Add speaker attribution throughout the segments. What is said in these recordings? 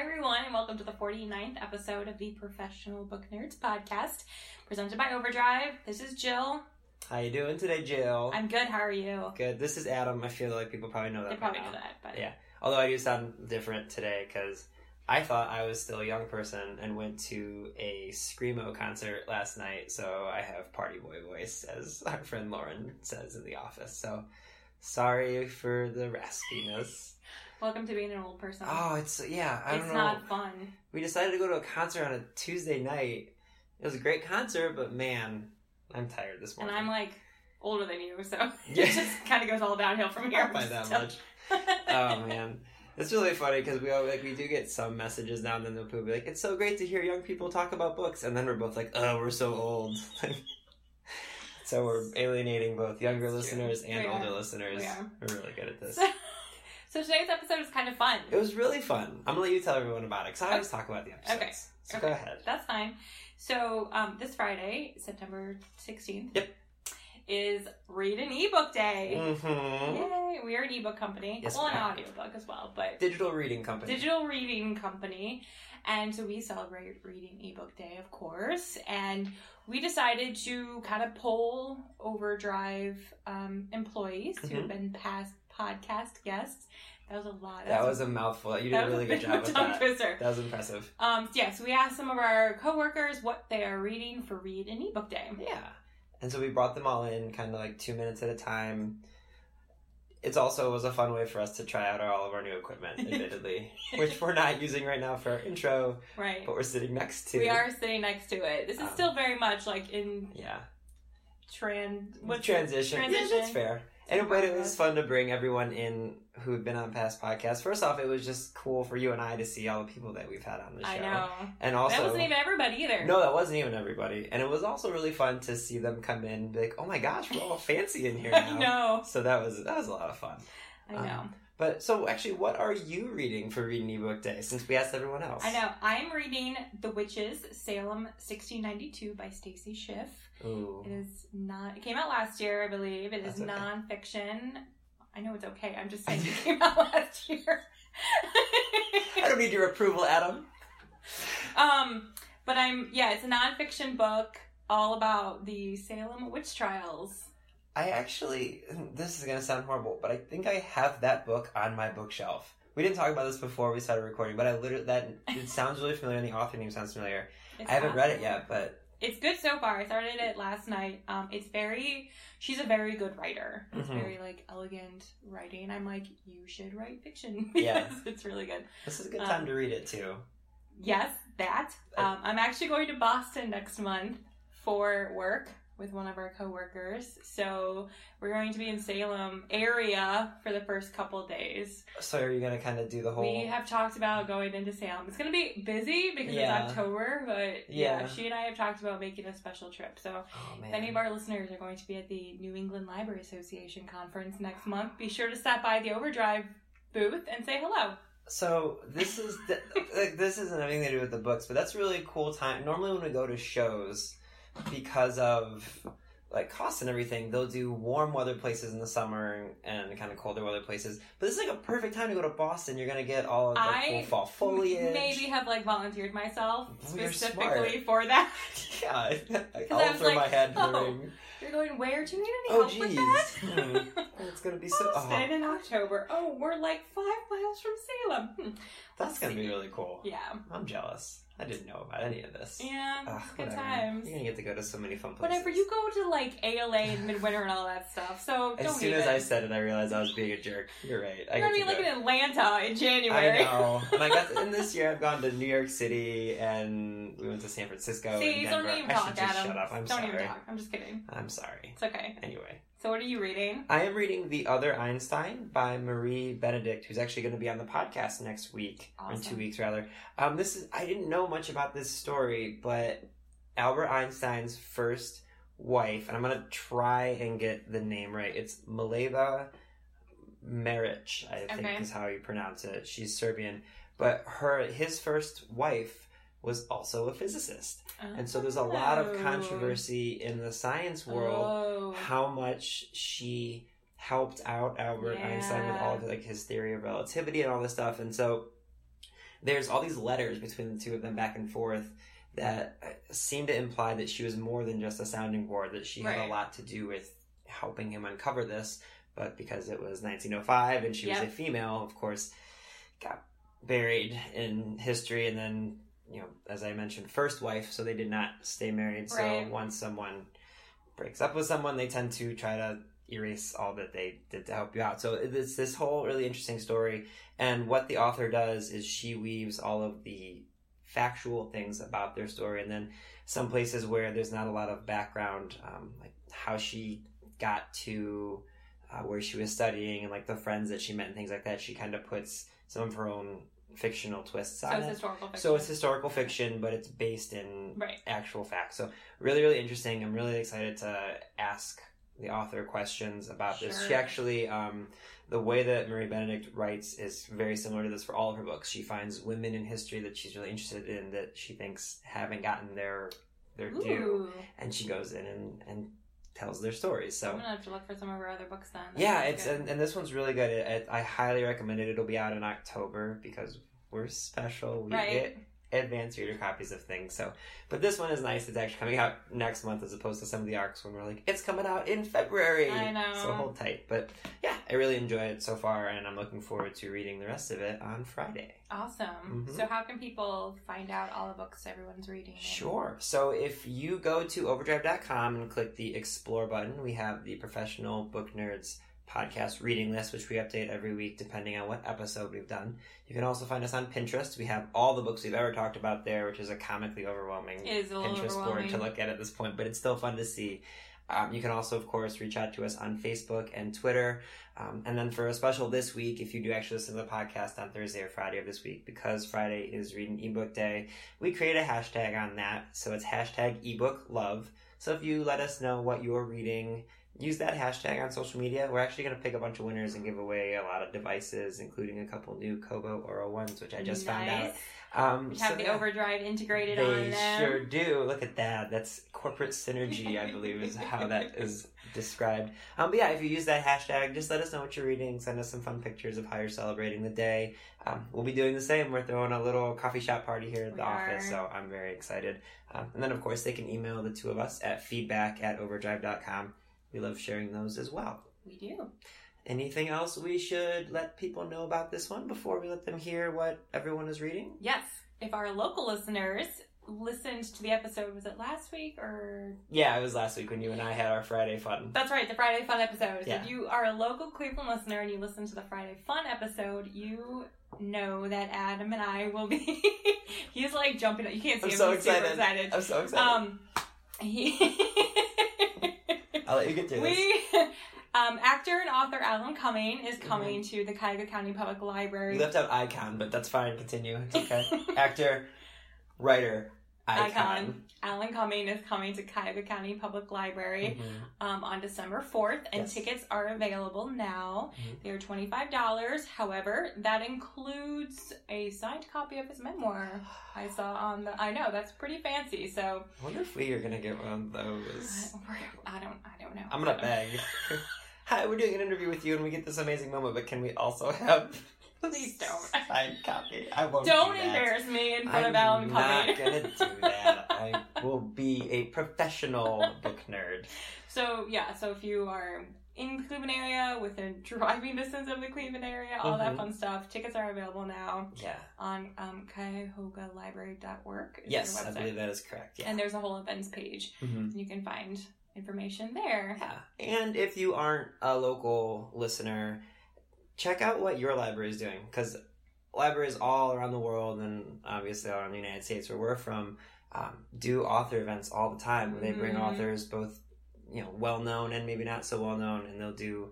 Speaker 1: everyone, and welcome to the 49th episode of the Professional Book Nerds podcast, presented by Overdrive. This is Jill.
Speaker 2: How you doing today, Jill?
Speaker 1: I'm good. How are you?
Speaker 2: Good. This is Adam. I feel like people probably know that.
Speaker 1: They
Speaker 2: by
Speaker 1: probably
Speaker 2: now.
Speaker 1: know that, but
Speaker 2: Yeah. Although I do sound different today because I thought I was still a young person and went to a screamo concert last night, so I have party boy voice, as our friend Lauren says in the office. So sorry for the raspiness.
Speaker 1: welcome to being an old person.
Speaker 2: Oh, it's yeah. I
Speaker 1: it's
Speaker 2: don't know.
Speaker 1: not fun.
Speaker 2: We decided to go to a concert on a Tuesday night. It was a great concert, but man, I'm tired this
Speaker 1: And
Speaker 2: morning.
Speaker 1: I'm like older than you, so
Speaker 2: Yeah.
Speaker 1: it just kind of goes all downhill from here.
Speaker 2: not by that
Speaker 1: Still-
Speaker 2: much. oh man, it's really funny because we all like we do get some messages now and then. They'll be like, "It's so great to hear young people talk about books," and then we're both like, "Oh, we're so old." so we're alienating both younger
Speaker 1: It's true.
Speaker 2: listeners and
Speaker 1: We
Speaker 2: older
Speaker 1: are.
Speaker 2: listeners.
Speaker 1: We are.
Speaker 2: We're really good at this.
Speaker 1: so, so today's episode is kind of fun.
Speaker 2: It was really fun. I'm gonna let you tell everyone about it because I always talk about the episodes.
Speaker 1: Okay.
Speaker 2: So
Speaker 1: Okay.
Speaker 2: go ahead.
Speaker 1: That's fine. So um, this Friday, September 16th,
Speaker 2: Yep.
Speaker 1: is Read an Ebook Day.
Speaker 2: hmm
Speaker 1: Yay! We are an ebook company.
Speaker 2: Yes,
Speaker 1: well,
Speaker 2: we
Speaker 1: an
Speaker 2: are.
Speaker 1: audiobook as well, but
Speaker 2: Digital reading company.
Speaker 1: digital reading company. And so we celebrate Reading Ebook Day, of course. And we decided to kind of poll Overdrive um, employees who
Speaker 2: Mm-hmm.
Speaker 1: have been past podcast guests. That was a lot.
Speaker 2: that was a mouthful. You did
Speaker 1: that
Speaker 2: a
Speaker 1: was
Speaker 2: really good
Speaker 1: big
Speaker 2: job with
Speaker 1: tongue
Speaker 2: that.
Speaker 1: twister.
Speaker 2: That was impressive.
Speaker 1: Um, so yeah, so we asked some of our coworkers what they are reading for Read and Ebook Day.
Speaker 2: Yeah. And so we brought them all in kind of like two minutes at a time. It's also was a fun way for us to try out our, all of our new equipment, admittedly, which we're not using right now for our intro,
Speaker 1: Right.
Speaker 2: but we're sitting next to.
Speaker 1: We are sitting next to it. This is
Speaker 2: Um,
Speaker 1: still very much like in
Speaker 2: Yeah.
Speaker 1: trans.
Speaker 2: With
Speaker 1: What's
Speaker 2: transition. Yeah,
Speaker 1: transition.
Speaker 2: that's fair. And but it was fun to bring everyone in who had been on past podcasts. First off, it was just cool for you and I to see all the people that we've had on the show.
Speaker 1: I know.
Speaker 2: And also,
Speaker 1: that wasn't even everybody either.
Speaker 2: No, that wasn't even everybody. And it was also really fun to see them come in and be like, oh my gosh, we're all fancy in here
Speaker 1: I
Speaker 2: now.
Speaker 1: know.
Speaker 2: So that was that was a lot of fun.
Speaker 1: I
Speaker 2: Um,
Speaker 1: know.
Speaker 2: But so actually, what are you reading for Reading Ebook Day? Since we asked everyone else,
Speaker 1: I know. I'm reading The Witches, Salem 1692 by Stacy Schiff.
Speaker 2: Ooh,
Speaker 1: It is not. It came out last year, I believe. It is
Speaker 2: That's okay.
Speaker 1: nonfiction. I know it's okay. I'm just saying it came out last year.
Speaker 2: I don't need your approval, Adam.
Speaker 1: Um, but I'm yeah, it's a nonfiction book all about the Salem witch trials.
Speaker 2: I actually, this is gonna sound horrible, but I think I have that book on my bookshelf. We didn't talk about this before we started recording, but I literally that it sounds really familiar, and the author name sounds familiar.
Speaker 1: It's
Speaker 2: I haven't read it
Speaker 1: awesome.
Speaker 2: yet, but
Speaker 1: It's good so far. I started it last night. Um, it's very she's a very good writer. It's
Speaker 2: Mhm.
Speaker 1: very like elegant writing. I'm like, you should write fiction.
Speaker 2: Yeah.
Speaker 1: because it's really good. Um,
Speaker 2: this is a good time to Uh, read it too.
Speaker 1: Yes, that. Um, I'm actually going to Boston next month for work with one of our coworkers. So we're going to be in Salem area for the first couple days.
Speaker 2: So are you gonna kind of do the whole?
Speaker 1: We have talked about going into Salem. It's going to be busy because
Speaker 2: Yeah.
Speaker 1: it's October, but yeah.
Speaker 2: Yeah.
Speaker 1: she and I have talked about making a special trip. So
Speaker 2: oh man,
Speaker 1: if any of our listeners are going to be at the New England Library Association conference next month, be sure to stop by the Overdrive booth and say hello.
Speaker 2: So this is the, like this isn't anything to do with the books, but that's a really cool time. Normally, when we go to shows, because of like costs and everything, they'll do warm weather places in the summer and kind of colder weather places. But this is like a perfect time to go to Boston. You're gonna get all of the
Speaker 1: I
Speaker 2: cool fall foliage.
Speaker 1: Maybe have like volunteered myself
Speaker 2: Well, you're
Speaker 1: specifically for that.
Speaker 2: Yeah, I, I
Speaker 1: I was
Speaker 2: will throw
Speaker 1: like,
Speaker 2: my head in the
Speaker 1: oh,
Speaker 2: ring.
Speaker 1: You're going where? Do you need any
Speaker 2: Oh,
Speaker 1: help with
Speaker 2: geez.
Speaker 1: that?
Speaker 2: It's gonna be so. Oh,
Speaker 1: Boston in October. Oh, we're like five miles from Salem. Hmm.
Speaker 2: oh, that's gonna be really cool.
Speaker 1: Yeah,
Speaker 2: I'm jealous. I didn't know about any of this.
Speaker 1: yeah,
Speaker 2: Ugh,
Speaker 1: good
Speaker 2: whatever.
Speaker 1: times.
Speaker 2: You're gonna get to go to so many fun places.
Speaker 1: Whatever, you go to like ALA and Midwinter and all that stuff, so don't
Speaker 2: As soon
Speaker 1: even.
Speaker 2: as I said it, I realized I was being a jerk. You're right. I
Speaker 1: You're gonna
Speaker 2: get
Speaker 1: be
Speaker 2: to
Speaker 1: like
Speaker 2: go.
Speaker 1: in Atlanta in
Speaker 2: I
Speaker 1: January.
Speaker 2: know. and I got and this year I've gone to New York City and we went to San Francisco
Speaker 1: See,
Speaker 2: and
Speaker 1: don't
Speaker 2: Denver.
Speaker 1: even
Speaker 2: I
Speaker 1: talk,
Speaker 2: should just
Speaker 1: Adam.
Speaker 2: shut up. I'm
Speaker 1: don't even
Speaker 2: sorry.
Speaker 1: talk. I'm just kidding.
Speaker 2: I'm sorry.
Speaker 1: It's okay.
Speaker 2: Anyway,
Speaker 1: So, what are you reading?
Speaker 2: I am reading The Other Einstein by Marie Benedict, who's actually going to be on the podcast next week or in two
Speaker 1: Awesome.
Speaker 2: weeks rather. Um, this is I didn't know much about this story, but Albert Einstein's first wife, and I'm gonna try and get the name right. It's Mileva Maric, I think
Speaker 1: Okay.
Speaker 2: is how you pronounce it. She's Serbian, but her his first wife was also a physicist, and so there's a lot of
Speaker 1: Oh.
Speaker 2: controversy in the science world
Speaker 1: Oh.
Speaker 2: how much she helped out Albert Einstein with all of like his theory of relativity and all this stuff. And so there's all these letters between the two of them back and forth that uh, seem to imply that she was more than just a sounding board, that she had
Speaker 1: Right.
Speaker 2: a lot to do with helping him uncover this. But because it was 1905 and she was
Speaker 1: Yep.
Speaker 2: a female, of course, got buried in history and then, you know, as I mentioned, first wife, so they did not stay married.
Speaker 1: Right.
Speaker 2: So once someone breaks up with someone, they tend to try to erase all that they did to help you out. So it's this whole really interesting story. And what the author does is she weaves all of the factual things about their story, and then some places where there's not a lot of background, um, like how she got to uh, where she was studying and like the friends that she met and things like that. She kind of puts some of her own fictional twists
Speaker 1: So
Speaker 2: on
Speaker 1: it's
Speaker 2: it.
Speaker 1: historical fiction.
Speaker 2: So it's historical fiction, but it's based in
Speaker 1: right.
Speaker 2: actual facts. So really, really interesting. I'm really excited to ask the author questions about this. She
Speaker 1: Sure.
Speaker 2: actually, um, the way that Marie Benedict writes is very similar to this for all of her books. She finds women in history that she's really interested in that she thinks haven't gotten their their
Speaker 1: Ooh.
Speaker 2: due, and she goes in and, and tells their stories.
Speaker 1: I'm
Speaker 2: So.
Speaker 1: gonna have to look for some of her other books then. That
Speaker 2: Yeah,
Speaker 1: sounds
Speaker 2: it's
Speaker 1: good.
Speaker 2: and, and this one's really good. It, it, I highly recommend it. It'll be out in October because we're special. We
Speaker 1: right.
Speaker 2: get advanced reader copies of things. So, but this one is nice. It's actually coming out next month as opposed to some of the arcs when we're like, it's coming out in February.
Speaker 1: I know.
Speaker 2: So hold tight. But yeah, I really enjoy it so far, and I'm looking forward to reading the rest of it on Friday.
Speaker 1: Awesome.
Speaker 2: Mhm.
Speaker 1: So how can people find out all the books everyone's reading? and-
Speaker 2: Sure. So if you go to overdrive.com and click the explore button, we have the professional book nerds podcast reading list, which we update every week depending on what episode we've done. You can also find us on Pinterest. We have all the books we've ever talked about there, which is a comically overwhelming
Speaker 1: It is a little
Speaker 2: Pinterest board
Speaker 1: overwhelming.
Speaker 2: to look at at this point, but it's still fun to see. Um, you can also, of course, reach out to us on Facebook and Twitter. Um, and then for a special this week, if you do actually listen to the podcast on Thursday or Friday of this week, because Friday is Reading Ebook Day, we create a hashtag on that. So it's hashtag ebook love. So if you let us know what you're reading, use that hashtag on social media. We're actually going to pick a bunch of winners and give away a lot of devices, including a couple new Kobo Oro ones, which I just found out.
Speaker 1: Nice.
Speaker 2: Um,
Speaker 1: We have
Speaker 2: so
Speaker 1: the
Speaker 2: yeah.
Speaker 1: overdrive integrated
Speaker 2: They
Speaker 1: on them.
Speaker 2: sure do. Look at that. That's corporate synergy, I believe, is how that is described. Um, but yeah, if you use that hashtag, just let us know what you're reading. Send us some fun pictures of how you're celebrating the day. Um, we'll be doing the same. We're throwing a little coffee shop party here at the
Speaker 1: We are.
Speaker 2: office, so I'm very excited. Um, and then, of course, they can email the two of us at feedback at overdrive.com. We love sharing those as well.
Speaker 1: We do.
Speaker 2: Anything else we should let people know about this one before we let them hear what everyone is reading?
Speaker 1: Yes. If our local listeners listened to the episode, was it last week or
Speaker 2: Yeah, it was last week when you and I had our Friday fun.
Speaker 1: That's right, the Friday Fun episode.
Speaker 2: Yeah.
Speaker 1: If you are a local Cleveland listener and you listen to the Friday Fun episode, you know that Adam and I will be. he's like jumping. You can't see
Speaker 2: I'm
Speaker 1: him.
Speaker 2: so
Speaker 1: he's super
Speaker 2: excited.
Speaker 1: excited.
Speaker 2: I'm so excited.
Speaker 1: Um, he.
Speaker 2: I'll let you get through this.
Speaker 1: we. Um, actor and author Alan Cumming is coming to the Cuyahoga County Public Library.
Speaker 2: Mm-hmm. You left out icon, but that's fine. Continue. It's okay. Actor, writer, icon.
Speaker 1: Icon. Alan Cumming is coming to Cuyahoga County Public Library.
Speaker 2: Mhm.
Speaker 1: um, on December 4th, and
Speaker 2: Yes.
Speaker 1: tickets are available now.
Speaker 2: Mhm.
Speaker 1: They are $25. However, that includes a signed copy of his memoir. I saw on the. I know that's pretty fancy. So
Speaker 2: I wonder if we are gonna get one of those.
Speaker 1: I don't. I don't know.
Speaker 2: I'm gonna beg. Hi, we're doing an interview with you, and we get this amazing moment. But can we also have?
Speaker 1: Please don't.
Speaker 2: Signed copy. I won't.
Speaker 1: Don't
Speaker 2: do that.
Speaker 1: embarrass me in front
Speaker 2: I'm
Speaker 1: of Alan Cumming.
Speaker 2: not gonna do that. I will be a professional book nerd.
Speaker 1: So yeah. So if you are in Cleveland area within driving distance of the Cleveland area, all
Speaker 2: Mhm.
Speaker 1: that fun stuff. Tickets are available now
Speaker 2: Yeah.
Speaker 1: on um, CuyahogaLibrary.org. is
Speaker 2: Yes,
Speaker 1: their
Speaker 2: I
Speaker 1: website.
Speaker 2: believe that is correct. Yeah.
Speaker 1: And there's a whole events page.
Speaker 2: Mhm.
Speaker 1: You can find information there.
Speaker 2: Yeah. And if you aren't a local listener, check out what your library is doing because libraries all around the world and obviously all around the United States where we're from um, do author events all the time where they bring
Speaker 1: Mhm.
Speaker 2: authors both you know well known and maybe not so well known and they'll do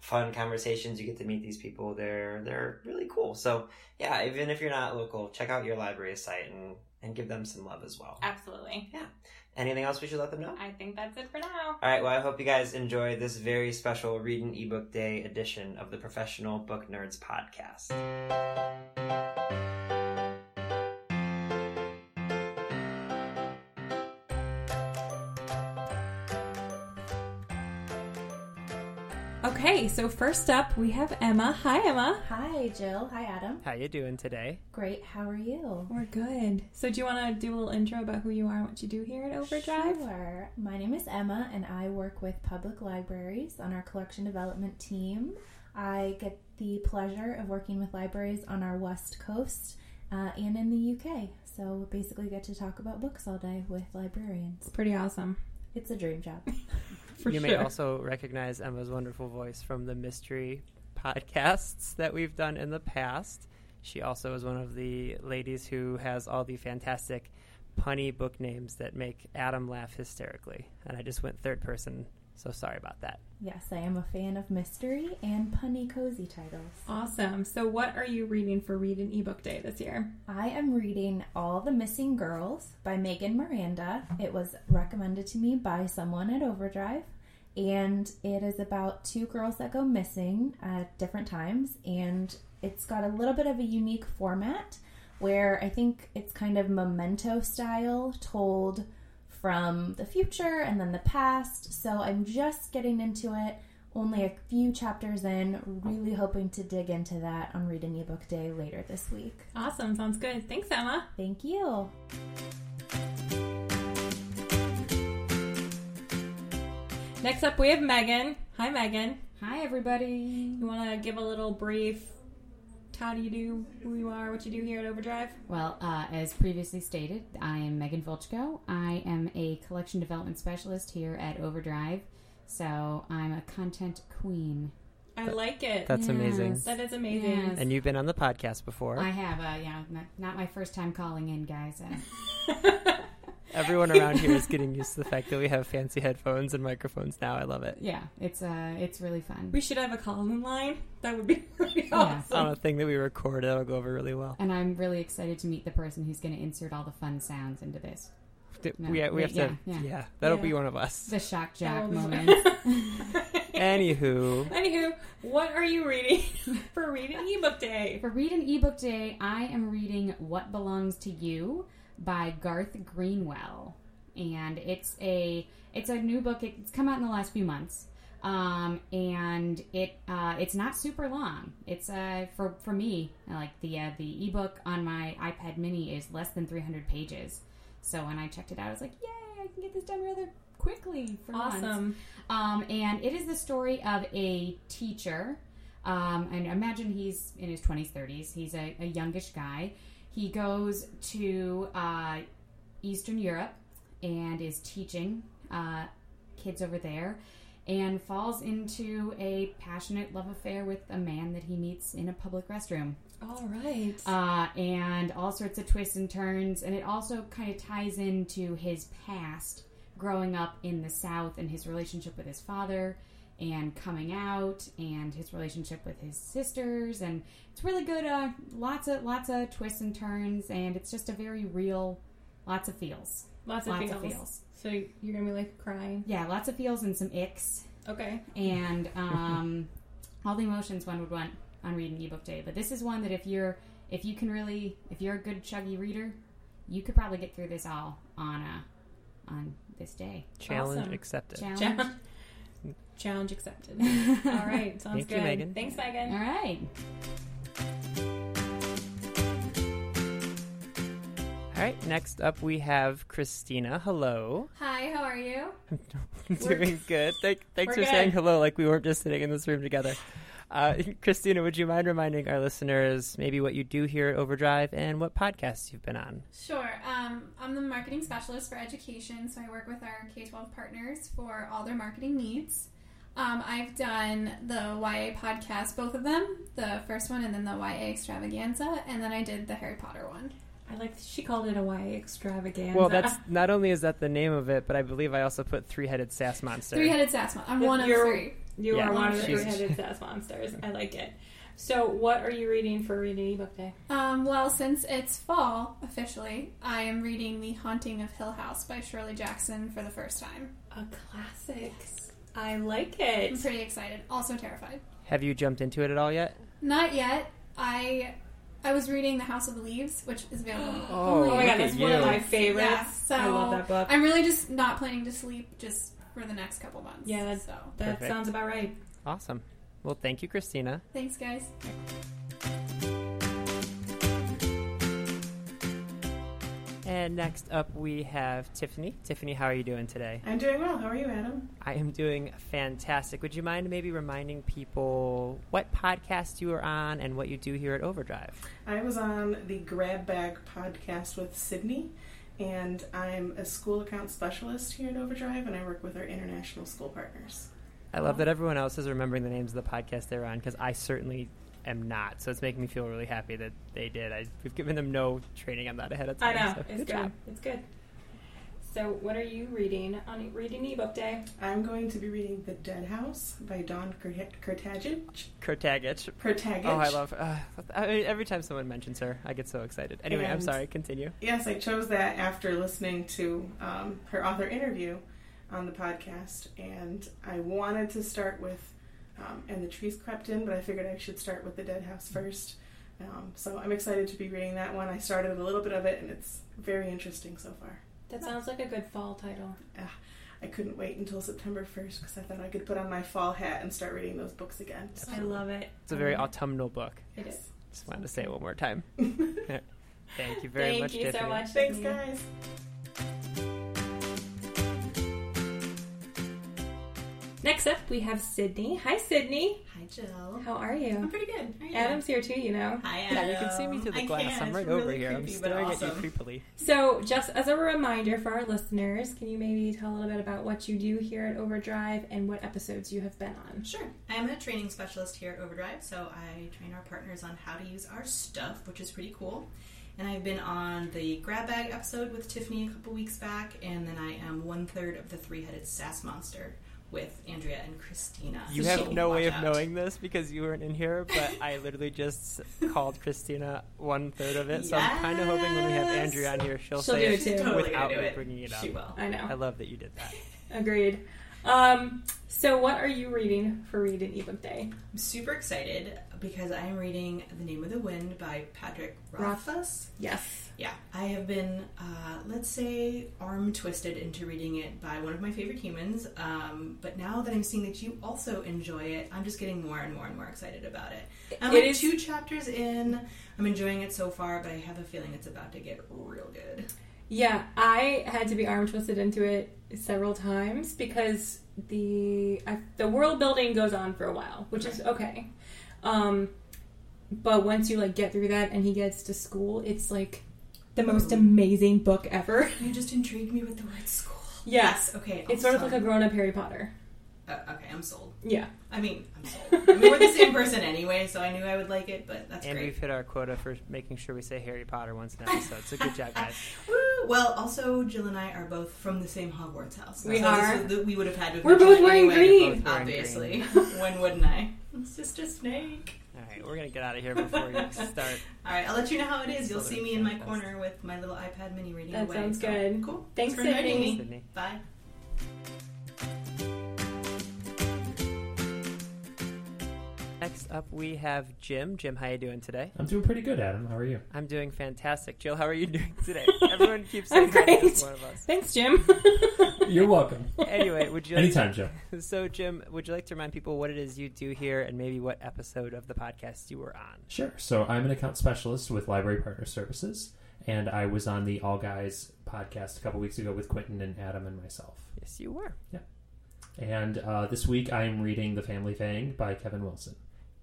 Speaker 2: fun conversations you get to meet these people they're they're really cool so yeah even if you're not local check out your library site and and give them some love as well
Speaker 1: Absolutely.
Speaker 2: anything else we should let them know
Speaker 1: I think that's it for now.
Speaker 2: all right, well, I hope you guys enjoy this very special Read and Ebook Day edition of the Professional Book Nerds podcast.
Speaker 1: Okay, so first up we have Emma. Hi, Emma.
Speaker 3: Hi, Jill. Hi, Adam.
Speaker 2: How you doing today?
Speaker 3: Great. How are you?
Speaker 1: We're good. So, do you want to do a little intro about who you are and what you do here at Overdrive?
Speaker 3: Sure. My name is Emma, and I work with public libraries on our collection development team. I get the pleasure of working with libraries on our West Coast uh, and in the UK. So basically, get to talk about books all day with librarians.
Speaker 1: It's pretty awesome.
Speaker 3: It's a dream job.
Speaker 1: For
Speaker 2: you
Speaker 1: sure.
Speaker 2: may also recognize Emma's wonderful voice from the mystery podcasts that we've done in the past. She also is one of the ladies who has all the fantastic punny book names that make Adam laugh hysterically. And I just went third person, so sorry about that.
Speaker 3: yes, I am a fan of mystery and punny cozy titles.
Speaker 1: Awesome. So, what are you reading for Read an Ebook Day this year?
Speaker 3: I am reading All the Missing Girls by Megan Miranda. It was recommended to me by someone at Overdrive, and it is about two girls that go missing at different times, and it's got a little bit of a unique format where I think it's kind of memento style told from the future and then the past. So I'm just getting into it, only a few chapters in, really hoping to dig into that on Read an Ebook Day later this week.
Speaker 1: Awesome. Sounds good. Thanks, Emma.
Speaker 3: Thank you.
Speaker 1: Next up we have Megan. Hi, Megan.
Speaker 4: Hi, everybody.
Speaker 1: You want to give a little brief how do you do, who you are, what you do here at Overdrive?
Speaker 4: Well, uh, as previously stated, I am Megan Vilchko. I am a collection development specialist here at Overdrive, so I'm a content queen.
Speaker 1: I like it.
Speaker 2: That's amazing.
Speaker 4: Yes.
Speaker 1: That is amazing.
Speaker 4: Yes.
Speaker 2: And you've been on the podcast before.
Speaker 4: I have, uh, yeah, not, not my first time calling in, guys. Uh,
Speaker 2: Everyone around here is getting used to the fact that we have fancy headphones and microphones now. I love it.
Speaker 4: yeah, it's uh, it's really fun.
Speaker 1: We should have a call in line. That would be really
Speaker 4: Yeah.
Speaker 2: On
Speaker 1: awesome.
Speaker 2: a thing that we record, that'll go over really well.
Speaker 4: And I'm really excited to meet the person who's going to insert all the fun sounds into this.
Speaker 2: D-
Speaker 4: No,
Speaker 2: we, we
Speaker 4: yeah,
Speaker 2: have to,
Speaker 4: yeah,
Speaker 2: yeah,
Speaker 4: yeah.
Speaker 2: that'll
Speaker 1: Yeah.
Speaker 2: be one of us.
Speaker 4: The shock jock
Speaker 1: That will be-
Speaker 4: moment.
Speaker 2: Anywho,
Speaker 1: Anywho, what are you reading for Read an Ebook Day?
Speaker 4: For Read an Ebook Day, I am reading What Belongs to You by Garth Greenwell. And it's a it's a new book. It's come out in the last few months. Um, and it uh, it's not super long. It's uh, for for me like the uh, the ebook on my iPad Mini is less than 300 pages. So when I checked it out, I was like, yay! I can get this done rather quickly. For once.
Speaker 1: Awesome.
Speaker 4: Um, and it is the story of a teacher. Um, and imagine he's in his 20s, 30s. He's a, a youngish guy. He goes to uh, Eastern Europe and is teaching uh, kids over there and falls into a passionate love affair with a man that he meets in a public restroom
Speaker 1: All right.
Speaker 4: uh, and all sorts of twists and turns. And it also kind of ties into his past growing up in the South and his relationship with his father and coming out and his relationship with his sisters and it's really good uh, lots of lots of twists and turns and it's just a very real lots of feels
Speaker 1: lots of
Speaker 4: lots
Speaker 1: feels.
Speaker 4: of feels
Speaker 1: So you're going to be like crying.
Speaker 4: yeah lots of feels and some icks
Speaker 1: Okay.
Speaker 4: and um, all the emotions one would want on reading ebook day. But this is one that if you're if you can really if you're a good chuggy reader, you could probably get through this all on uh, on this day.
Speaker 2: challenge
Speaker 1: Awesome.
Speaker 2: accepted.
Speaker 4: Challenge.
Speaker 1: Challenge, challenge accepted. All right. Sounds
Speaker 2: Thank
Speaker 1: good.
Speaker 2: you, Megan.
Speaker 1: Thanks, Megan.
Speaker 4: All right.
Speaker 2: All right, next up we have Christina. Hello.
Speaker 4: Hi, how are you?
Speaker 2: Doing good. Thank, thanks for
Speaker 1: We're
Speaker 2: saying
Speaker 1: good.
Speaker 2: hello like we weren't just sitting in this room together. Uh, Christina, would you mind reminding our listeners maybe what you do here at Overdrive and what podcasts you've been on?
Speaker 5: Sure. Um, I'm the marketing specialist for education, so I work with our K 12 partners for all their marketing needs. Um, I've done the YA podcast, both of them, the first one and then the YA extravaganza, and then I did the Harry Potter one.
Speaker 1: I like she called it a YA extravaganza.
Speaker 2: Well, that's not only is that the name of it, but I believe I also put Three Headed Sass Monster.
Speaker 5: Three headed Sassmon. I'm one of
Speaker 1: You're-
Speaker 5: three.
Speaker 1: you
Speaker 2: Yeah,
Speaker 1: are one of the
Speaker 2: she's-
Speaker 1: three-headed sass monsters. I like it. So, what are you reading for Read an Ebook Day?
Speaker 5: Um, well, since it's fall officially, I am reading The Haunting of Hill House by Shirley Jackson for the first time.
Speaker 1: A classic. I like
Speaker 5: I'm
Speaker 1: it.
Speaker 5: pretty excited, also terrified.
Speaker 2: Have you jumped into it at all yet?
Speaker 5: Not yet. I I was reading The House of the Leaves, which is available.
Speaker 1: Oh my
Speaker 2: look
Speaker 1: god,
Speaker 2: at
Speaker 1: that's one of
Speaker 2: you.
Speaker 1: my favorites.
Speaker 5: Yeah, so
Speaker 1: I love that book.
Speaker 5: I'm really just not planning to sleep just for the next couple months.
Speaker 1: Yeah, that's-
Speaker 5: so
Speaker 1: that
Speaker 2: Perfect.
Speaker 1: sounds about right.
Speaker 2: Awesome. Well, thank you, Christina.
Speaker 5: Thanks, guys.
Speaker 2: And next up, we have Tiffany. Tiffany, how are you doing today?
Speaker 6: I'm doing well. How are you, Adam?
Speaker 2: I am doing fantastic. Would you mind maybe reminding people what podcast you are on and what you do here at Overdrive?
Speaker 6: I was on the Grab Bag podcast with Sydney, and I'm a school account specialist here at Overdrive, and I work with our international school partners.
Speaker 2: I love
Speaker 1: Oh.
Speaker 2: that everyone else is remembering the names of the podcast they're on because I certainly am not. So it's making me feel really happy that they did. I, we've given them no training on that ahead of
Speaker 1: I
Speaker 2: time.
Speaker 1: know.
Speaker 2: so
Speaker 1: it's good. It's good. So, what are you reading on reading ebook day?
Speaker 6: I'm going to be reading The Dead House by Don Kurt- Kurtagich.
Speaker 2: Kurtagich.
Speaker 6: Kurtagich.
Speaker 2: Oh, I love. Uh, I mean, every time someone mentions her, I get so excited. Anyway, I'm
Speaker 6: And-
Speaker 2: sorry. Continue.
Speaker 6: Yes, I chose that after listening to um, her author interview on the podcast, and I wanted to start with um, And the Trees Crept In, but I figured I should start with The Dead House
Speaker 2: Mm-hmm.
Speaker 6: first. Um, so I'm excited to be reading that one. I started a little bit of it, and it's very interesting so far.
Speaker 1: That sounds like a good fall title.
Speaker 6: I couldn't wait until September 1st because I thought I could put on my fall hat and start reading those books again. So,
Speaker 1: I love it.
Speaker 2: It's a very
Speaker 7: Mm-hmm.
Speaker 1: Um,
Speaker 2: autumnal book.
Speaker 1: It is.
Speaker 2: Just wanted to say it one more time. Thank you very
Speaker 1: Thank
Speaker 2: much,
Speaker 1: you
Speaker 2: Tiffany.
Speaker 1: so much.
Speaker 6: Thanks,
Speaker 1: Tiffany.
Speaker 6: guys.
Speaker 1: Next up, we have Sydney. Hi, Sydney.
Speaker 7: Hi, Jill.
Speaker 1: How are
Speaker 7: I'm
Speaker 1: you?
Speaker 7: pretty good. How are you?
Speaker 1: Adam's here too, you know.
Speaker 7: Hi, Adam.
Speaker 2: Yeah, you can see me through the
Speaker 7: I
Speaker 2: glass.
Speaker 7: can.
Speaker 2: I'm
Speaker 7: It's
Speaker 2: right
Speaker 7: really
Speaker 2: over here. I'm
Speaker 7: creepy, but
Speaker 2: staring at
Speaker 7: awesome.
Speaker 2: you creepily.
Speaker 1: So, just as a reminder for our listeners, can you maybe tell a little bit about what you do here at Overdrive and what episodes you have been on?
Speaker 7: Sure. I'm a training specialist here at Overdrive, so I train our partners on how to use our stuff, which is pretty cool. And I've been on the grab bag episode with Tiffany a couple weeks back, and then I am one third of the three headed sass monster with Andrea and Christina.
Speaker 2: You
Speaker 7: So
Speaker 2: have no
Speaker 7: watch
Speaker 2: way of
Speaker 7: out.
Speaker 2: knowing this because you weren't in here, but I literally just called Christina one third of it. So I'm kind of hoping when we have
Speaker 7: Yes.
Speaker 2: Andrea on here, she'll,
Speaker 1: She'll
Speaker 2: say
Speaker 1: do
Speaker 2: it
Speaker 1: it too.
Speaker 7: Totally
Speaker 2: without
Speaker 7: gonna do
Speaker 2: me
Speaker 7: it.
Speaker 2: bringing it up.
Speaker 7: She will.
Speaker 1: I
Speaker 2: I
Speaker 1: know.
Speaker 2: love that you did that.
Speaker 1: Agreed. Um, so, what are you reading for Read an Ebook Day?
Speaker 7: I'm super excited because I am reading The Name of the Wind by Patrick
Speaker 1: Roth-
Speaker 7: Rothfuss.
Speaker 1: Yes.
Speaker 7: Yeah, I have been, uh, let's say, arm twisted into reading it by one of my favorite humans. Um, but now that I'm seeing that you also enjoy it, I'm just getting more and more and more excited about it. I'm
Speaker 1: It
Speaker 7: like
Speaker 1: is-
Speaker 7: two chapters in. I'm enjoying it so far, but I have a feeling it's about to get real good.
Speaker 1: Yeah, I had to be arm twisted into it several times because the I, the world building goes on for a while, which is okay. Um, but once you like get through that and he gets to school, it's like the most amazing book ever.
Speaker 7: You just intrigued me with the word school.
Speaker 1: Yes.
Speaker 7: Okay.
Speaker 1: It's sort of like a
Speaker 7: awesome.
Speaker 1: grown up Harry Potter.
Speaker 7: Uh, okay, I'm sold.
Speaker 1: Yeah.
Speaker 7: I mean, I'm sold. I mean, we're the same person anyway, so I knew I would like it, but that's
Speaker 2: and
Speaker 7: great.
Speaker 2: we've hit our quota for making sure we say Harry Potter once in an episode. So good job, guys.
Speaker 7: Woo! Well, also Jill and I are both from the same Hogwarts house.
Speaker 1: We
Speaker 7: so
Speaker 1: are.
Speaker 7: This is the, we would have had to. have
Speaker 1: We're both
Speaker 7: mentioned it
Speaker 1: wearing
Speaker 7: anyway,
Speaker 1: green.
Speaker 2: Both wearing
Speaker 7: Obviously, when wouldn't I? Sister Snake.
Speaker 2: All right, we're gonna get out of here before you start.
Speaker 7: All right, I'll let you know how it is.
Speaker 2: Just
Speaker 7: You'll
Speaker 2: so that
Speaker 7: see
Speaker 2: we
Speaker 7: me in my
Speaker 2: can
Speaker 7: corner with my little iPad Mini reading
Speaker 1: That
Speaker 7: away.
Speaker 1: sounds
Speaker 7: so,
Speaker 1: good.
Speaker 7: Cool.
Speaker 1: Thanks,
Speaker 7: for inviting
Speaker 1: Sydney.
Speaker 7: me.
Speaker 2: Sydney.
Speaker 7: Bye.
Speaker 2: Next up, we have Jim. Jim, how you doing today?
Speaker 8: I'm doing pretty good, Adam. How are you?
Speaker 2: I'm doing fantastic. Jill, how are you doing today? Everyone keeps saying
Speaker 1: I'm
Speaker 2: that to
Speaker 1: great.
Speaker 2: just one of us.
Speaker 1: Thanks, Jim.
Speaker 8: You're welcome.
Speaker 2: Anyway, would you like
Speaker 8: Anytime, Joe.
Speaker 2: So, Jim, would you like to remind people what it is you do here and maybe what episode of the podcast you were on?
Speaker 8: Sure. So I'm an account specialist with Library Partner Services, and I was on the All Guys podcast a couple weeks ago with Quentin and Adam and myself.
Speaker 2: Yes, you were.
Speaker 8: And uh, this week I am reading The Family Fang by Kevin Wilson.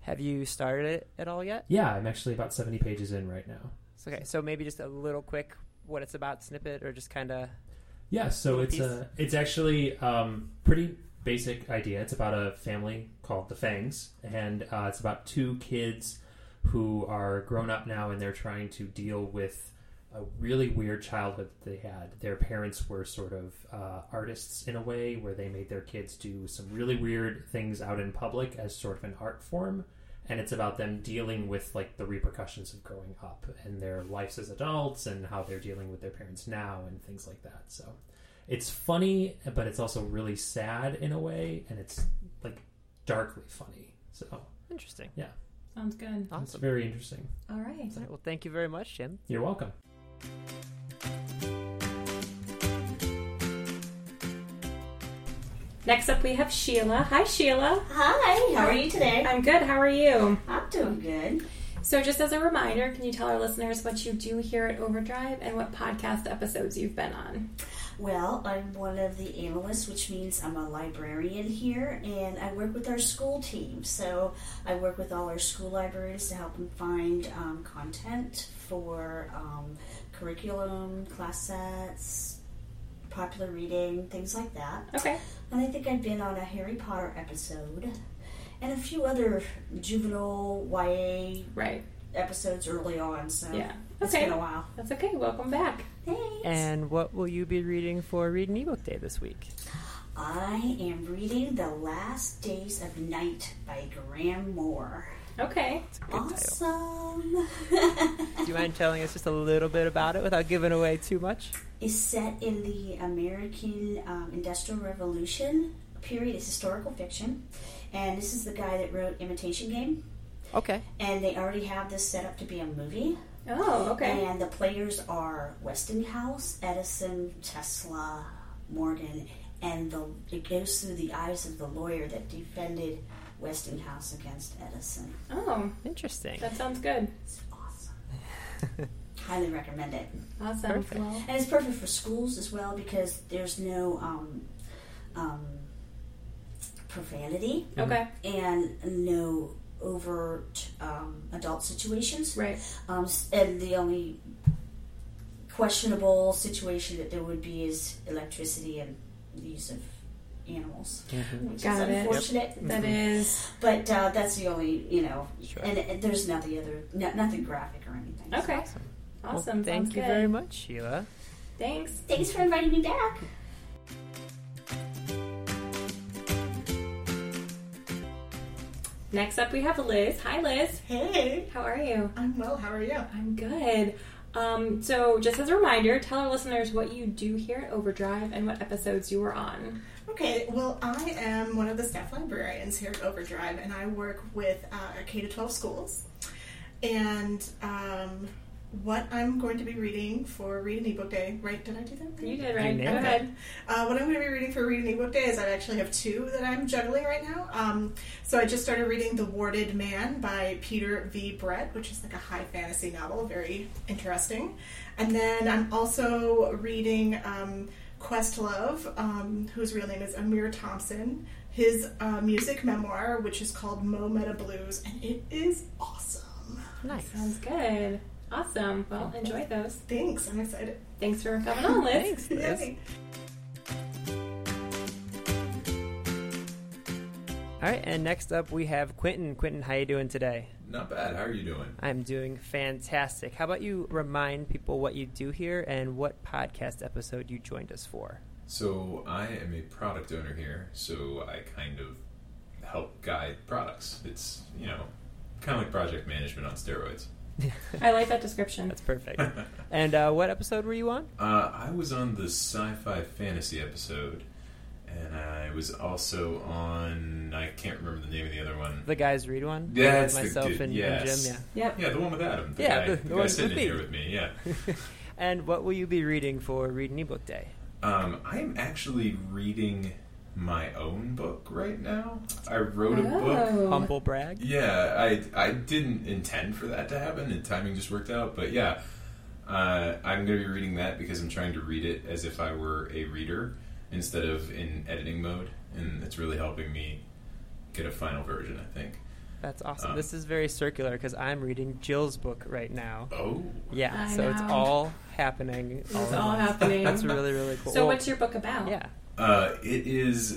Speaker 2: Have you started it at all yet?
Speaker 8: Yeah, I'm actually about 70 pages in right now.
Speaker 2: It's Okay, so maybe just a little quick what it's about snippet or just kind of.
Speaker 8: Yeah, so
Speaker 2: Little
Speaker 8: it's uh, a it's actually um, pretty basic idea. It's about a family called the Fangs, and uh, it's about two kids who are grown up now, and they're trying to deal with a really weird childhood that they had. Their parents were sort of uh, artists in a way, where they made their kids do some really weird things out in public as sort of an art form. And it's about them dealing with like the repercussions of growing up and their lives as adults and how they're dealing with their parents now and things like that. So it's funny, but it's also really sad in a way, and it's like darkly funny. So
Speaker 2: Interesting.
Speaker 1: sounds good.
Speaker 8: it's
Speaker 2: Awesome.
Speaker 8: very interesting.
Speaker 1: All right.
Speaker 2: All right, well, thank you very much, Jim.
Speaker 8: You're welcome.
Speaker 1: Next up, we have Sheila. Hi, Sheila.
Speaker 9: Hi, how are you today?
Speaker 1: I'm good. How are you?
Speaker 9: I'm doing good.
Speaker 1: So, just as a reminder, can you tell our listeners what you do here at Overdrive and what podcast episodes you've been on?
Speaker 9: Well, I'm one of the analysts, which means I'm a librarian here, and I work with our school team. So I work with all our school libraries to help them find um, content for um, curriculum, class sets, popular reading, things like that.
Speaker 1: Okay.
Speaker 9: And I think I've been on a Harry Potter episode and a few other juvenile YA
Speaker 1: Right.
Speaker 9: episodes early on. So
Speaker 1: Yeah.
Speaker 9: it's
Speaker 1: Okay.
Speaker 9: been a while.
Speaker 1: That's okay. Welcome back.
Speaker 9: Thanks.
Speaker 2: And what will you be reading for Read an Ebook Day this week?
Speaker 9: I am reading The Last Days of Night by Graham Moore.
Speaker 1: Okay.
Speaker 2: It's a good title.
Speaker 9: Awesome.
Speaker 2: Do you mind telling us just a little bit about it without giving away too much?
Speaker 9: is set in the American um, Industrial Revolution period. It's historical fiction. And this is the guy that wrote Imitation Game.
Speaker 2: Okay.
Speaker 9: And they already have this set up to be a movie.
Speaker 1: Oh, okay.
Speaker 9: And the players are Westinghouse, Edison, Tesla, Morgan, and the, it goes through the eyes of the lawyer that defended Westinghouse against Edison.
Speaker 1: Oh,
Speaker 2: Interesting.
Speaker 1: that sounds good.
Speaker 9: It's awesome. Highly recommend it.
Speaker 1: Awesome.
Speaker 2: Perfect.
Speaker 1: Well,
Speaker 9: And it's perfect for schools as well because there's no um, um, profanity
Speaker 1: okay.
Speaker 9: and no overt um, adult situations.
Speaker 1: Right.
Speaker 9: Um, s- and the only questionable situation that there would be is electricity and the use of animals,
Speaker 2: Mm-hmm.
Speaker 9: which
Speaker 1: Got it.
Speaker 9: is unfortunate.
Speaker 1: That is
Speaker 9: But uh, that's the only, you know,
Speaker 2: Sure.
Speaker 9: and, and there's nothing other, no, nothing graphic or anything. so.
Speaker 1: okay.
Speaker 2: Well,
Speaker 1: Awesome.
Speaker 2: thank
Speaker 1: sounds
Speaker 2: you
Speaker 1: good.
Speaker 2: very much, Sheila.
Speaker 1: Thanks.
Speaker 9: Thanks for inviting me back.
Speaker 1: Next up, we have Liz. Hi, Liz.
Speaker 10: Hey,
Speaker 1: How are you?
Speaker 10: I'm well. How are you?
Speaker 1: I'm good. Um, so, just as a reminder, tell our listeners what you do here at Overdrive and what episodes you were on.
Speaker 10: Okay, well, I am one of the staff librarians here at Overdrive, and I work with uh, our K to 12 schools. And um, what I'm going to be reading for Read an Ebook Day, right? Did I do that?
Speaker 1: You did right.
Speaker 2: nailed
Speaker 1: Go
Speaker 2: it.
Speaker 1: ahead.
Speaker 10: Uh, what I'm going to be reading for Read an Ebook Day is I actually have two that I'm juggling right now. Um, so I just started reading The Warded Man by Peter V. Brett, which is like a high fantasy novel, very interesting. And then I'm also reading um, Questlove, um, whose real name is Amir Thompson, his uh, music memoir, which is called Mo Meta Blues, and it is awesome.
Speaker 2: Nice.
Speaker 1: Sounds good. Awesome. Well, enjoy those.
Speaker 10: Thanks, I'm excited.
Speaker 1: Thanks for coming on, Liz.
Speaker 2: Thanks, Liz.
Speaker 10: Yay.
Speaker 2: All right, and next up we have Quentin. Quentin, how you doing today?
Speaker 11: Not bad. How are you doing?
Speaker 2: I'm doing fantastic. How about you remind people what you do here and what podcast episode you joined us for?
Speaker 11: So I am a product owner here, so I kind of help guide products. It's you know, kind of like project management on steroids.
Speaker 1: I like that description.
Speaker 2: That's perfect. and uh, what episode were you on?
Speaker 11: Uh, I was on the sci-fi fantasy episode, and I was also on I can't remember the name of the other one.
Speaker 2: The guys read one.
Speaker 11: Yeah, that's the
Speaker 2: myself
Speaker 11: good-
Speaker 2: and, and
Speaker 11: yes.
Speaker 2: Jim.
Speaker 1: Yep.
Speaker 11: Yeah, the one with Adam. The
Speaker 2: Yeah,
Speaker 11: guy,
Speaker 2: the-
Speaker 11: the,
Speaker 2: the
Speaker 11: guy
Speaker 2: one
Speaker 11: sitting
Speaker 2: with
Speaker 11: in here
Speaker 2: me.
Speaker 11: with me. Yeah.
Speaker 2: Yeah. and what will you be reading for Read an Ebook Day?
Speaker 11: Um, I am actually reading my own book right now. I wrote a book.
Speaker 1: Oh.
Speaker 2: Humble brag.
Speaker 11: Yeah, I I didn't intend for that to happen, and timing just worked out. But yeah, uh, I'm going to be reading that because I'm trying to read it as if I were a reader instead of in editing mode, and it's really helping me get a final version. I think.
Speaker 2: That's awesome.
Speaker 11: Um,
Speaker 2: this is very circular because I'm reading Jill's book right now.
Speaker 11: Oh,
Speaker 2: Yeah,
Speaker 1: I
Speaker 2: so it's
Speaker 1: know.
Speaker 2: all happening.
Speaker 1: It's
Speaker 2: at
Speaker 1: all
Speaker 2: once.
Speaker 1: happening.
Speaker 2: That's really really cool.
Speaker 1: So,
Speaker 2: Well,
Speaker 1: what's your book about?
Speaker 2: yeah?
Speaker 11: uh, it is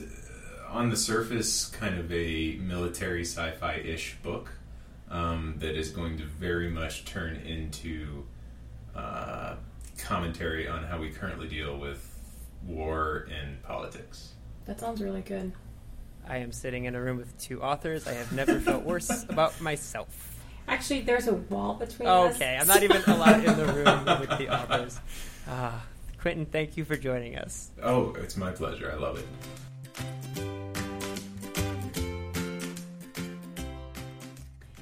Speaker 11: uh, on the surface kind of a military sci-fi ish book um, that is going to very much turn into uh, commentary on how we currently deal with war and politics.
Speaker 1: That sounds really good.
Speaker 2: I am sitting in a room with two authors. I have never felt worse about myself.
Speaker 1: Actually, there's a wall between us.
Speaker 2: Okay, I'm not even allowed in the room with the authors. Ah, Quentin, thank you for joining us.
Speaker 11: Oh, it's my pleasure. I love it.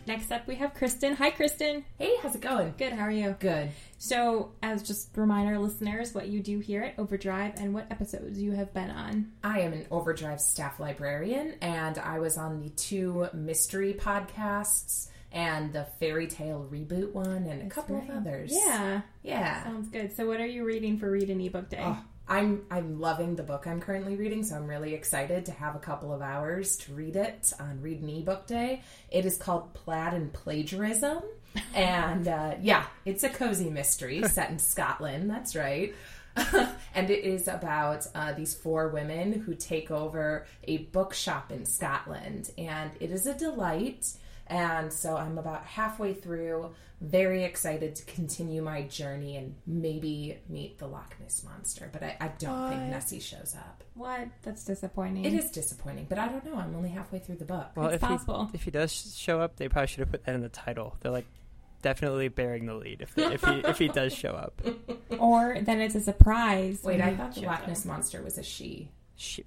Speaker 1: Next up, we have Kristen. Hi, Kristen.
Speaker 12: Hey, how's it going?
Speaker 1: Good. How are you?
Speaker 12: Good.
Speaker 1: So, as just remind our listeners what you do here at Overdrive and what episodes you have been on.
Speaker 13: I am an Overdrive staff librarian, and I was on the two mystery podcasts and the fairy tale reboot one and a couple of others.
Speaker 1: Yeah,
Speaker 13: Yeah.
Speaker 1: sounds good. So, what are you reading for Read an Ebook Day?
Speaker 13: Oh, I'm I'm loving the book I'm currently reading, so I'm really excited to have a couple of hours to read it on Read an Ebook Day. It is called Plaid and Plagiarism, and uh, yeah, it's a cozy mystery set in Scotland. That's right. and it is about uh, these four women who take over a bookshop in Scotland, and it is a delight. And so I'm about halfway through, very excited to continue my journey and maybe meet the Loch Ness monster. But I, I don't think
Speaker 1: What?
Speaker 13: Nessie shows up.
Speaker 1: What? That's disappointing.
Speaker 13: It is disappointing, but I don't know. I'm only halfway through the book.
Speaker 2: Well,
Speaker 1: It's
Speaker 2: if
Speaker 1: possible.
Speaker 2: he if he does sh- show up, they probably should have put that in the title. They're like definitely bearing the lead if they, if he if he does show up.
Speaker 1: Or then it's a surprise.
Speaker 13: Wait, I thought the Loch Ness monster was a she.
Speaker 2: Shit.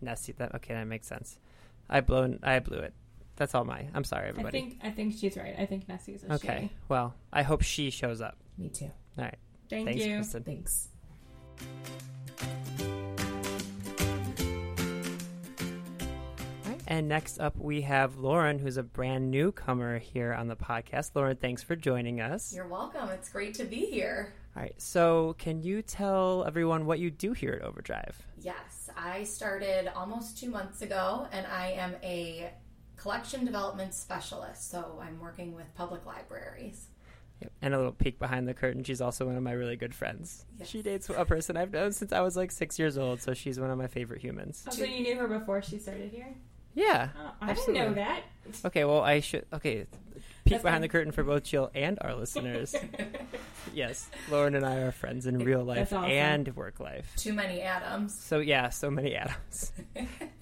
Speaker 2: Nessie, that okay, that makes sense. I blown I blew it. That's all my. I'm sorry,
Speaker 1: I
Speaker 2: everybody.
Speaker 1: think I think she's right. I think Nessie's a
Speaker 2: okay. Well, I hope she shows up.
Speaker 13: Me too.
Speaker 2: All right.
Speaker 1: she. Thank
Speaker 2: Thanks,
Speaker 1: you.
Speaker 2: Kristen.
Speaker 13: Thanks.
Speaker 2: And next up, we have Lauren, who's a brand newcomer here on the podcast. Lauren, thanks for joining us.
Speaker 14: You're welcome. It's great to be here.
Speaker 2: All right. So, can you tell everyone what you do here at Overdrive?
Speaker 14: Yes, I started almost two months ago, and I am a collection development specialist. So I'm working with public libraries.
Speaker 2: Yep. And a little peek behind the curtain, she's also one of my really good friends.
Speaker 14: Yes.
Speaker 2: She dates a person I've known since I was like six years old, so she's one of my favorite humans.
Speaker 1: Oh, so you knew her before she started here?
Speaker 2: Yeah.
Speaker 1: Oh, I
Speaker 2: Absolutely.
Speaker 1: didn't know that.
Speaker 2: Okay, well, I should. Okay, peek
Speaker 1: That's
Speaker 2: behind
Speaker 1: fine.
Speaker 2: the curtain for both Jill and our listeners. yes, Lauren and I are friends in real life
Speaker 1: That's awesome.
Speaker 2: and work life.
Speaker 14: Too many atoms.
Speaker 2: So, yeah, so many atoms.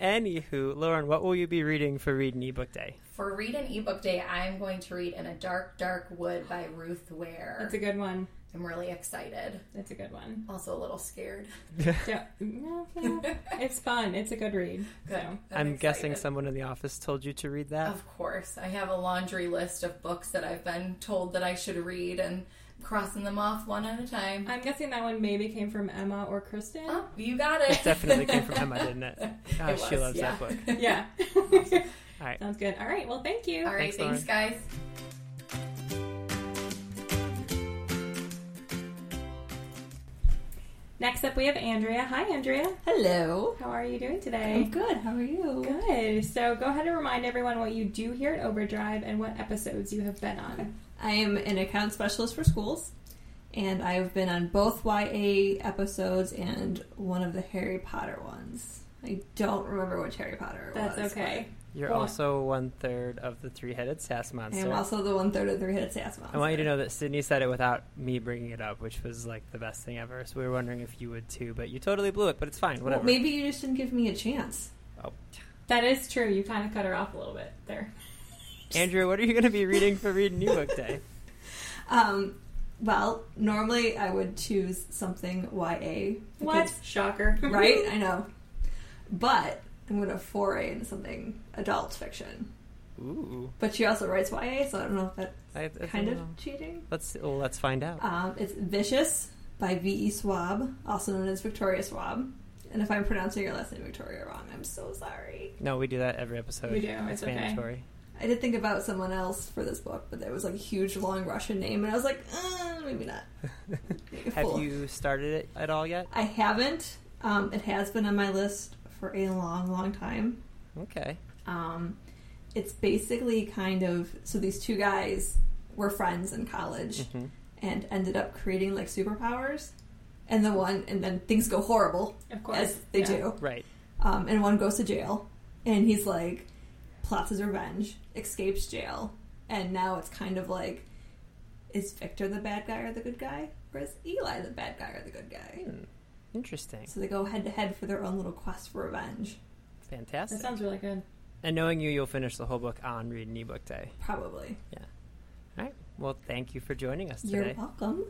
Speaker 2: Anywho, Lauren, what will you be reading for Read an Ebook Day?
Speaker 14: For Read an Ebook Day, I'm going to read In a Dark, Dark Wood by Ruth Ware.
Speaker 1: That's a good one.
Speaker 14: I'm really excited.
Speaker 1: That's a good one.
Speaker 14: Also a little scared.
Speaker 1: Yeah, no, yeah. it's fun. It's a good read. So.
Speaker 2: I'm, guessing
Speaker 14: excited.
Speaker 2: someone in the office told you to read that.
Speaker 14: Of course. I have a laundry list of books that I've been told that I should read and crossing them off one at a time.
Speaker 1: I'm guessing that one maybe came from Emma or Kristen.
Speaker 14: Oh, you got it.
Speaker 2: Definitely came from Emma, didn't it? Gosh, she
Speaker 14: was,
Speaker 2: loves
Speaker 14: yeah.
Speaker 2: that book.
Speaker 1: Yeah.
Speaker 2: All right.
Speaker 1: Sounds good. All right. Well, thank you.
Speaker 14: All right,
Speaker 2: Thanks,
Speaker 14: thanks, guys.
Speaker 1: Next up, we have Andrea. Hi, Andrea.
Speaker 15: Hello.
Speaker 1: How are you doing today?
Speaker 15: good. How are you?
Speaker 1: Good. So go ahead and remind everyone what you do here at Overdrive and what episodes you have been on.
Speaker 15: I am an account specialist for schools, and I've been on both YA episodes and one of the Harry Potter ones. I don't remember which Harry Potter it
Speaker 1: That's
Speaker 15: was.
Speaker 1: okay.
Speaker 2: You're
Speaker 1: Cool.
Speaker 2: also one third of the three headed sass
Speaker 15: but I
Speaker 2: monster.
Speaker 15: am also the one third of Three Headed Sass Monster.
Speaker 2: I want you to know that Sydney said it without me bringing it up, which was like the best thing ever. So we were wondering if you would too, but you totally blew it. But it's fine,
Speaker 15: Well,
Speaker 2: whatever.
Speaker 15: maybe you just didn't give me a chance.
Speaker 2: Oh.
Speaker 1: That is true. You kind of cut her off a little bit there.
Speaker 2: Andrew, what are you going to be reading for Read New Book Day?
Speaker 15: Um, well, normally I would choose something YA.
Speaker 1: What? Shocker.
Speaker 15: because- Right? I know. But I'm going to foray into something adult fiction.
Speaker 2: Ooh,
Speaker 15: But she also writes YA, so I don't know if that's
Speaker 2: I, I don't
Speaker 15: kind of
Speaker 2: know.
Speaker 15: cheating.
Speaker 2: Let's well, let's find out.
Speaker 15: Um, it's Vicious by V.E. Swab, also known as Victoria Swab. And if I'm pronouncing your last name Victoria wrong, I'm so sorry.
Speaker 2: No, we do that every episode.
Speaker 1: We do,
Speaker 2: It's
Speaker 1: it's okay.
Speaker 2: mandatory.
Speaker 15: I did think about someone else for this book, but there was like a huge long Russian name, and I was like, uh, maybe not. Maybe a fool.
Speaker 2: Have you started it at all yet?
Speaker 15: I haven't. Um, it has been on my list for a long, long time.
Speaker 2: Okay.
Speaker 15: Um, it's basically kind of so these two guys were friends in college
Speaker 2: Mhm.
Speaker 15: and ended up creating like superpowers, and the one and then things go horrible
Speaker 1: Of course.
Speaker 15: as they
Speaker 1: Yeah.
Speaker 15: do,
Speaker 2: Right.
Speaker 15: um, and one goes to jail, and he's like plots his revenge, escapes jail, and now it's kind of like is Victor the bad guy or the good guy, or is Eli the bad guy or the good guy?
Speaker 2: Hmm. Interesting.
Speaker 15: So they go head to head for their own little quest for revenge,
Speaker 2: Fantastic.
Speaker 1: That sounds really good.
Speaker 2: and knowing you, you'll finish the whole book on Read an Ebook Day.
Speaker 15: probably.
Speaker 2: All right. Well, thank you for joining us today.
Speaker 15: You're welcome.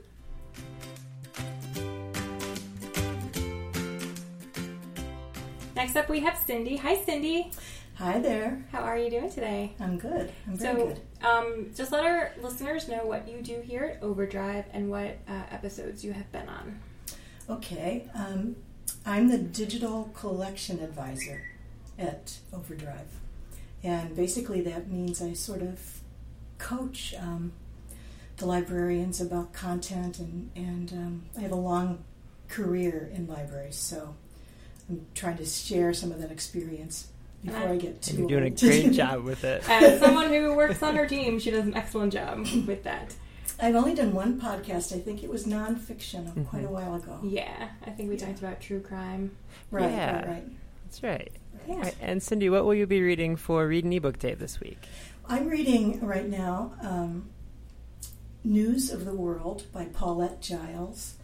Speaker 1: Next up, we have Cindy. Hi, Cindy.
Speaker 16: Hi there.
Speaker 6: How are you doing today?
Speaker 16: I'm good. I'm very
Speaker 6: so,
Speaker 16: good.
Speaker 6: Um, just let our listeners know what you do here at Overdrive and what uh, episodes you have been on.
Speaker 16: Okay, um, I'm the digital collection advisor at Overdrive. And basically, that means I sort of coach um, the librarians about content, and, and um, I have a long career in libraries, so I'm trying to share some of that experience
Speaker 6: And
Speaker 16: before
Speaker 6: I-
Speaker 16: I get too
Speaker 17: And you're doing a
Speaker 16: old.
Speaker 17: great job with it.
Speaker 6: As someone who works on her team, she does an excellent job with that.
Speaker 16: I've only done one podcast. I think it was nonfiction
Speaker 17: Mm-hmm.
Speaker 16: uh, quite a while ago.
Speaker 6: Yeah, I think we talked about true crime.
Speaker 16: Right,
Speaker 17: yeah.
Speaker 16: right, right.
Speaker 17: That's right.
Speaker 6: Yeah.
Speaker 17: All right, And Cindy, what will you be reading for Read an Ebook Day this week?
Speaker 16: I'm reading right now um, News of the World by Paulette Giles.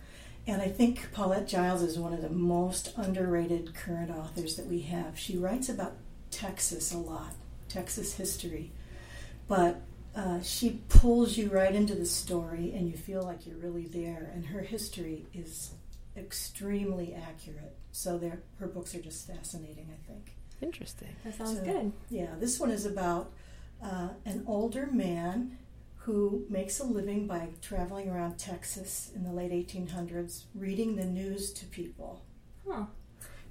Speaker 16: And I think Paulette Giles is one of the most underrated current authors that we have. She writes about Texas a lot, Texas history. But uh, she pulls you right into the story and you feel like you're really there. And her history is extremely accurate. So they're- her books are just fascinating, I think.
Speaker 17: Interesting.
Speaker 6: That sounds
Speaker 16: So,
Speaker 6: good.
Speaker 16: Yeah, this one is about uh, an older man who makes a living by traveling around Texas in the late 1800s, reading the news to people
Speaker 6: Huh.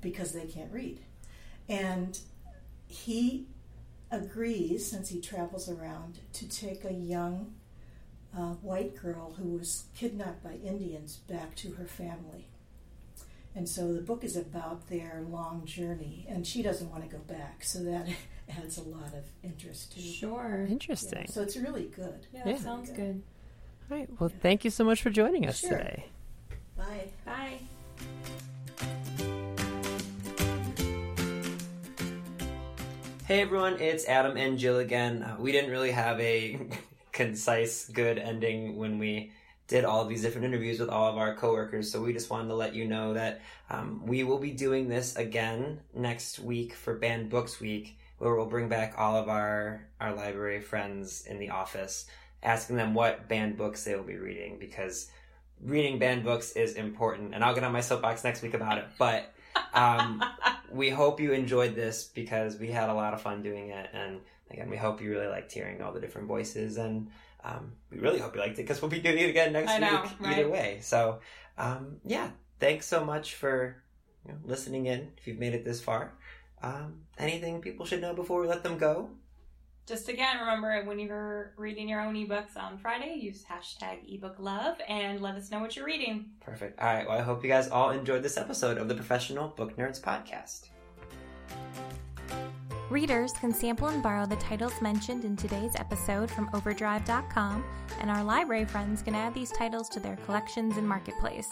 Speaker 16: because they can't read. And he agrees, since he travels around, to take a young uh, white girl who was kidnapped by Indians back to her family. And so the book is about their long journey, and she doesn't want to go back, so that adds a lot of interest to
Speaker 6: Sure.
Speaker 17: Interesting.
Speaker 16: So it's really good.
Speaker 6: Yeah, that Yeah. sounds good.
Speaker 17: All right. Well, thank you so much for joining us
Speaker 16: Sure.
Speaker 17: today.
Speaker 16: Bye.
Speaker 6: Bye.
Speaker 2: Hey everyone, it's Adam and Jill again. Uh, we didn't really have a concise, good ending when we did all these different interviews with all of our coworkers, so we just wanted to let you know that um, we will be doing this again next week for Banned Books Week, where we'll bring back all of our our library friends in the office, asking them what banned books they will be reading because reading banned books is important, and I'll get on my soapbox next week about it, but. Um, we hope you enjoyed this because we had a lot of fun doing it and again we hope you really liked hearing all the different voices and um, we really hope you liked it because we'll be doing it again next
Speaker 8: I know,
Speaker 2: week
Speaker 8: right?
Speaker 2: either way so um, yeah thanks so much for you know, listening in if you've made it this far um, anything people should know before we let them go
Speaker 8: Just again, remember when you're reading your own ebooks on Friday, use hashtag ebooklove and let us know what you're reading.
Speaker 2: perfect all right well i hope you guys all enjoyed this episode of the professional book nerds podcast
Speaker 1: Readers can sample and borrow the titles mentioned in today's episode from Overdrive.com, and our library friends can add these titles to their collections and marketplace.